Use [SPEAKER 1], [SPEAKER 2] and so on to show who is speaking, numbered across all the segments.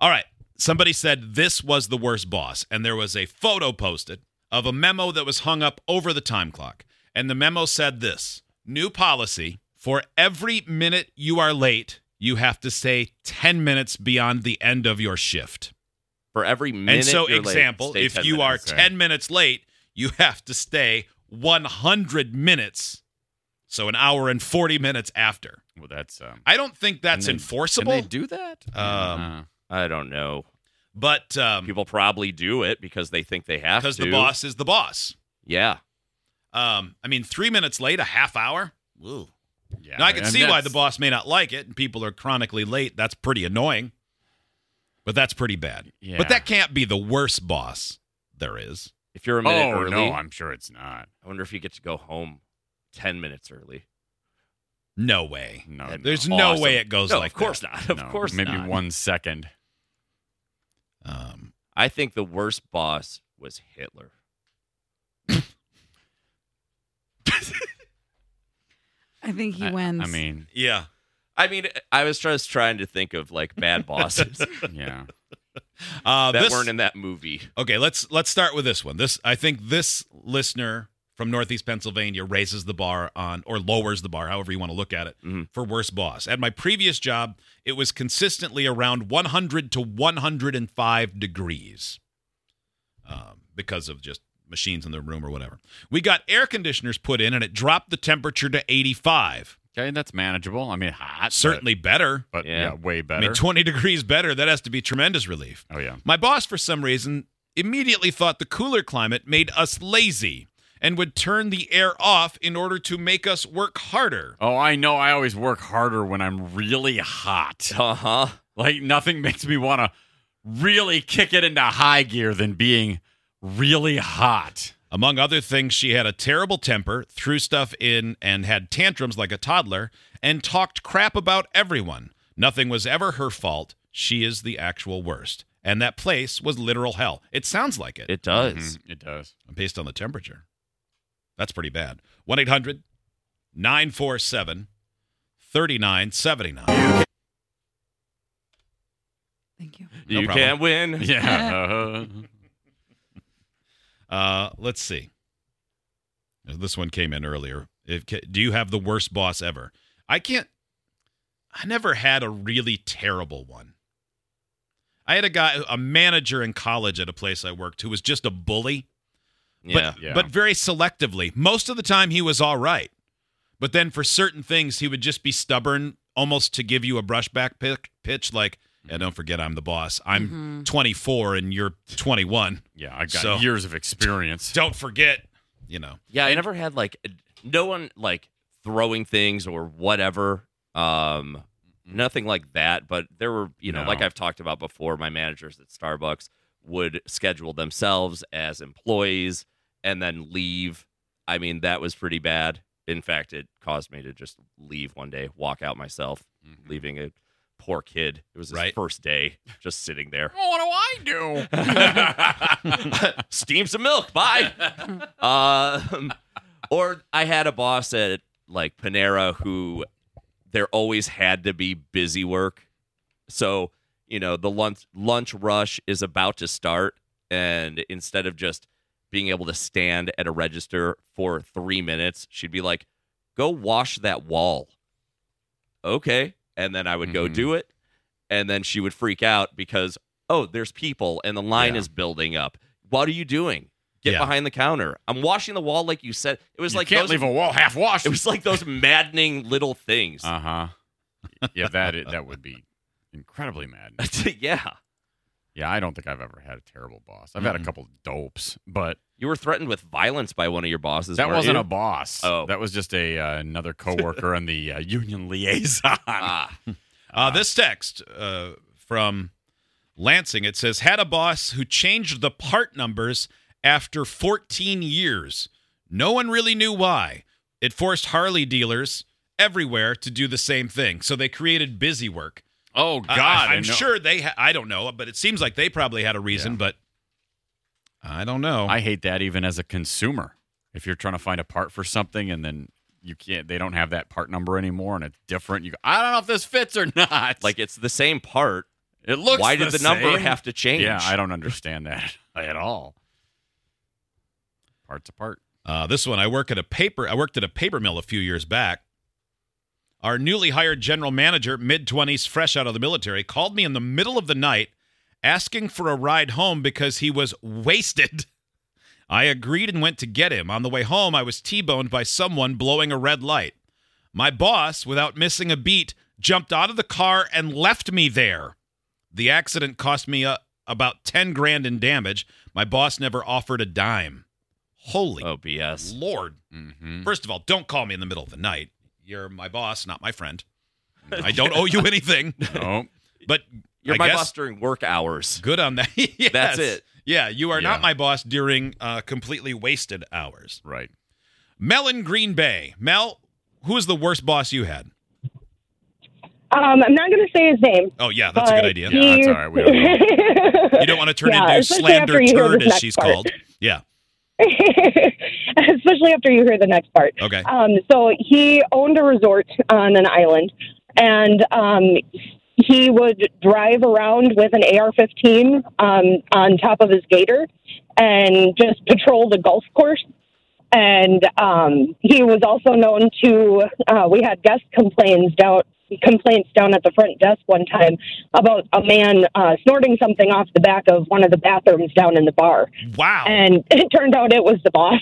[SPEAKER 1] All right. Somebody said this was the worst boss, and there was a photo posted of a memo that was hung up over the time clock. And the memo said this new policy for every minute you are late, you have to stay 10 minutes beyond the end of your shift.
[SPEAKER 2] For every minute.
[SPEAKER 1] and so,
[SPEAKER 2] you're late,
[SPEAKER 1] example,
[SPEAKER 2] stay
[SPEAKER 1] if
[SPEAKER 2] 10
[SPEAKER 1] you
[SPEAKER 2] minutes,
[SPEAKER 1] are
[SPEAKER 2] right?
[SPEAKER 1] 10 minutes late, you have to stay 100 minutes. So, an hour and 40 minutes after.
[SPEAKER 2] well, that's um,
[SPEAKER 1] I don't think that's
[SPEAKER 2] they-
[SPEAKER 1] enforceable,
[SPEAKER 2] Can they do that? I
[SPEAKER 1] Um,
[SPEAKER 2] don't know. I don't know.
[SPEAKER 1] but um,
[SPEAKER 2] People probably do it because they think they have to.
[SPEAKER 1] because the boss is the boss.
[SPEAKER 2] Yeah.
[SPEAKER 1] Um, I mean, three minutes late, a half hour. Ooh.
[SPEAKER 3] Uh,
[SPEAKER 2] Yeah.
[SPEAKER 1] now I can see why the boss may not like it, and people are chronically late. That's pretty annoying, but that's pretty bad.
[SPEAKER 3] Yeah.
[SPEAKER 1] But that can't be the worst boss there is.
[SPEAKER 2] If you're a minute
[SPEAKER 3] Oh
[SPEAKER 2] early,
[SPEAKER 3] no, I'm sure it's not.
[SPEAKER 2] I wonder if you get to go home ten minutes early.
[SPEAKER 1] No way.
[SPEAKER 3] No,
[SPEAKER 2] That'd
[SPEAKER 1] There's
[SPEAKER 2] be
[SPEAKER 1] no
[SPEAKER 2] awesome.
[SPEAKER 1] way it goes
[SPEAKER 2] No,
[SPEAKER 1] like
[SPEAKER 2] of course
[SPEAKER 1] that.
[SPEAKER 2] not. Of
[SPEAKER 3] No,
[SPEAKER 2] course,
[SPEAKER 3] maybe
[SPEAKER 2] not.
[SPEAKER 3] one second.
[SPEAKER 1] Um,
[SPEAKER 2] I think the worst boss was Hitler.
[SPEAKER 4] I think he
[SPEAKER 3] I-
[SPEAKER 4] wins.
[SPEAKER 3] I, mean,
[SPEAKER 1] yeah.
[SPEAKER 2] I mean, I was just trying to think of like bad bosses
[SPEAKER 3] yeah.
[SPEAKER 1] Uh,
[SPEAKER 2] that
[SPEAKER 1] this-
[SPEAKER 2] weren't in that movie.
[SPEAKER 1] okay, let's let's start with this one. This I think this listener from Northeast Pennsylvania raises the bar on or lowers the bar, however you want to look at it,
[SPEAKER 3] Mm-hmm.
[SPEAKER 2] Mhm.
[SPEAKER 1] for worst boss. At my previous job, it was consistently around 100 to 105 degrees um, because of just machines in the room or whatever. We got air conditioners put in, and it dropped the temperature to 85.
[SPEAKER 3] Okay, that's manageable. I mean, hot,
[SPEAKER 1] Certainly better.
[SPEAKER 3] but, but
[SPEAKER 2] Yeah.
[SPEAKER 3] yeah. way better.
[SPEAKER 1] I mean, 20 degrees better. That has to be tremendous relief.
[SPEAKER 3] oh yeah,
[SPEAKER 1] My boss, for some reason, immediately thought the cooler climate made us lazy and would turn the air off in order to make us work harder.
[SPEAKER 3] Oh, I know. I always work harder when I'm really hot.
[SPEAKER 2] Uh huh.
[SPEAKER 3] Like nothing makes me want to really kick it into high gear than being really hot.
[SPEAKER 1] Among other things, she had a terrible temper, threw stuff in, and had tantrums like a toddler, and talked crap about everyone. Nothing was ever her fault. She is the actual worst. And that place was literal hell. It sounds like it,
[SPEAKER 2] It does.
[SPEAKER 3] Mhm, It does.
[SPEAKER 1] based on the temperature. That's pretty bad. 1 800 947 3979.
[SPEAKER 4] Thank you.
[SPEAKER 1] No
[SPEAKER 3] Mm-hmm.
[SPEAKER 2] you
[SPEAKER 1] problem.
[SPEAKER 2] can't win.
[SPEAKER 3] Yeah. uh-huh.
[SPEAKER 1] Uh, let's see. This one came in earlier. If, ca- do you have the worst boss ever? I can't. I never had a really terrible one. I had a guy, a manager in college at a place I worked, who was just a bully,
[SPEAKER 2] Yeah.
[SPEAKER 1] but
[SPEAKER 3] Yeah.
[SPEAKER 1] but very selectively. Most of the time, he was all right, but then for certain things, he would just be stubborn, almost to give you a brushback pic- pitch, like, "And don't forget, I'm the boss. I'm 24 and you're 21.
[SPEAKER 3] yeah, I got
[SPEAKER 1] So-
[SPEAKER 3] years of experience.
[SPEAKER 1] Don't forget." You know.
[SPEAKER 2] Yeah, I never had like no one like throwing things or whatever. Um, nothing like that. But there were, you know,
[SPEAKER 3] No.
[SPEAKER 2] like I've talked about before, my managers at Starbucks would schedule themselves as employees and then leave. I mean, that was pretty bad. In fact, it caused me to just leave one day, walk out myself, leaving a poor kid. It was his
[SPEAKER 1] Right.
[SPEAKER 2] first day, just sitting there.
[SPEAKER 3] Oh, what do I do?
[SPEAKER 2] steam some milk. Bye. um, or I had a boss at like Panera who there always had to be busy work. So you know the lunch lunch rush is about to start, and instead of just being able to stand at a register for three minutes, she'd be like, "Go wash that wall." Okay, and then I would go
[SPEAKER 3] Mhm.
[SPEAKER 2] do it, and then she would freak out because oh, there's people and the line
[SPEAKER 3] Yeah.
[SPEAKER 2] is building up. What are you doing? Get
[SPEAKER 1] Yeah.
[SPEAKER 2] behind the counter. I'm washing the wall like you said. It was
[SPEAKER 3] you
[SPEAKER 2] like
[SPEAKER 3] can't
[SPEAKER 2] those,
[SPEAKER 3] leave a wall half washed.
[SPEAKER 2] it was like those maddening little things.
[SPEAKER 3] Uh huh. Yeah, that i- that would be incredibly mad.
[SPEAKER 2] yeah.
[SPEAKER 3] Yeah, I don't think I've ever had a terrible boss. I've had a
[SPEAKER 1] Mm-mm.
[SPEAKER 3] couple dopes, but
[SPEAKER 2] You were threatened with violence by one of your bosses.
[SPEAKER 3] that
[SPEAKER 2] weren't
[SPEAKER 3] wasn't
[SPEAKER 2] you?
[SPEAKER 3] a boss.
[SPEAKER 2] Oh.
[SPEAKER 3] that was just a uh, another coworker on the uh, union liaison.
[SPEAKER 2] Ah,
[SPEAKER 1] Uh, this text uh, from Lansing, it says, had a boss who changed the part numbers after 14 years. No one really knew why. It forced Harley dealers everywhere to do the same thing. So they created busy work.
[SPEAKER 3] Oh God,
[SPEAKER 1] I,
[SPEAKER 3] I
[SPEAKER 1] am
[SPEAKER 3] know.
[SPEAKER 1] sure they, ha- I don't know, but it seems like they probably had a reason, but I don't know.
[SPEAKER 3] I hate that even as a consumer. If you're trying to find a part for something and then you can't, they don't have that part number anymore, and it's different. You, go, I don't know if this fits or not.
[SPEAKER 2] Like it's the same part.
[SPEAKER 3] it looks.
[SPEAKER 2] Why did the, number
[SPEAKER 3] same.
[SPEAKER 2] have to change?
[SPEAKER 3] Yeah, I don't understand that at all. Parts apart.
[SPEAKER 1] Uh, this one, I work at a paper. I worked at a paper mill a few years back. Our newly hired general manager, mid twenties, fresh out of the military, called me in the middle of the night, asking for a ride home because he was wasted. I agreed and went to get him. On the way home, I was T-boned by someone blowing a red light. My boss, without missing a beat, jumped out of the car and left me there. The accident cost me uh, about ten grand in damage. My boss never offered a dime. Holy
[SPEAKER 2] Oh BS.
[SPEAKER 1] Lord.
[SPEAKER 2] Mm-hmm.
[SPEAKER 1] First of all, don't call me in the middle of the night. You're my boss, not my friend. I don't owe you anything.
[SPEAKER 3] No,
[SPEAKER 1] But
[SPEAKER 2] You're
[SPEAKER 1] I
[SPEAKER 2] my
[SPEAKER 1] guess
[SPEAKER 2] boss during work hours.
[SPEAKER 1] good on that.
[SPEAKER 2] That's
[SPEAKER 1] Yes.
[SPEAKER 2] it.
[SPEAKER 1] Yeah, you are not
[SPEAKER 3] Yeah.
[SPEAKER 1] my boss during uh, completely wasted hours.
[SPEAKER 3] right.
[SPEAKER 1] Mel in Green Bay. Mel, who is the worst boss you had?
[SPEAKER 5] Um, I'm not going to say his name.
[SPEAKER 1] Oh yeah, that's a
[SPEAKER 5] but
[SPEAKER 1] good idea.
[SPEAKER 5] he-
[SPEAKER 3] Yeah, that's all right. We don't know.
[SPEAKER 1] You don't want to turn
[SPEAKER 5] Yeah,
[SPEAKER 1] into
[SPEAKER 5] especially after
[SPEAKER 1] slander
[SPEAKER 5] you hear
[SPEAKER 1] turd
[SPEAKER 5] this
[SPEAKER 1] as
[SPEAKER 5] next
[SPEAKER 1] she's
[SPEAKER 5] part.
[SPEAKER 1] called. Yeah.
[SPEAKER 5] Especially after you hear the next part.
[SPEAKER 1] Okay.
[SPEAKER 5] Um, so he owned a resort on an island, and um, he would drive around with an AR-15 um, on top of his gator and just patrol the golf course. And um, he was also known to. Uh, we had guest complaints down complaints down at the front desk one time about a man uh, snorting something off the back of one of the bathrooms down in the bar.
[SPEAKER 1] Wow.
[SPEAKER 5] And it turned out it was the boss.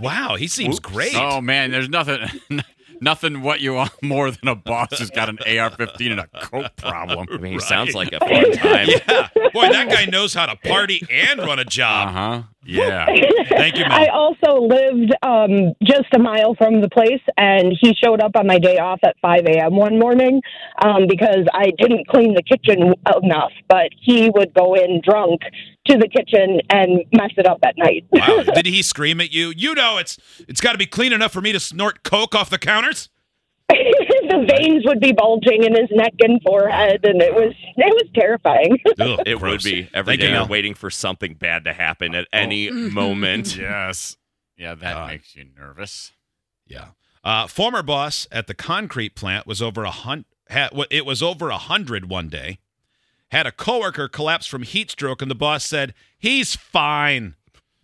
[SPEAKER 1] wow, he seems great.
[SPEAKER 3] Oh man, there's nothing, nothing. What you want more than a boss who's got an AR-15 and a coke problem?
[SPEAKER 2] I mean, he sounds like a fun time.
[SPEAKER 1] Yeah. Boy, that guy knows how to party and run a
[SPEAKER 3] Uh
[SPEAKER 1] job.
[SPEAKER 3] huh. Yeah.
[SPEAKER 2] Uh-huh.
[SPEAKER 1] Thank you, Mel.
[SPEAKER 5] I also lived um, just a mile from the place, and he showed up on my day off at 5 a.m. one morning um, because I didn't clean the kitchen enough. But he would go in drunk to the kitchen and mess it up at night.
[SPEAKER 1] Wow. Did he scream at you? You know it's it's got to be clean enough for me to snort coke off the counters.
[SPEAKER 5] the veins would be bulging in his neck and forehead, and it was it was terrifying.
[SPEAKER 1] Ugh,
[SPEAKER 2] It
[SPEAKER 1] gross.
[SPEAKER 2] would be every
[SPEAKER 1] Thank you,
[SPEAKER 2] day.
[SPEAKER 1] Mel.
[SPEAKER 2] You're waiting for something bad to happen at
[SPEAKER 3] Oh.
[SPEAKER 2] any moment.
[SPEAKER 3] yes. Yeah, that
[SPEAKER 1] God.
[SPEAKER 3] makes you nervous.
[SPEAKER 1] Yeah. Uh, former boss at the concrete plant was over a hun- had, wa- it was over a hundred one day. Had a coworker collapse from heat stroke, and the boss said he's fine.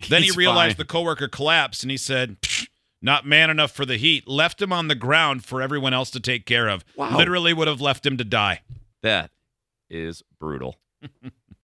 [SPEAKER 1] Then
[SPEAKER 3] He's
[SPEAKER 1] he realized
[SPEAKER 3] fine.
[SPEAKER 1] the coworker collapsed, and he said, "Psh, "Not man enough for the heat." Left him on the ground for everyone else to take care of.
[SPEAKER 2] Wow.
[SPEAKER 1] Literally would have left him to die.
[SPEAKER 2] That is brutal.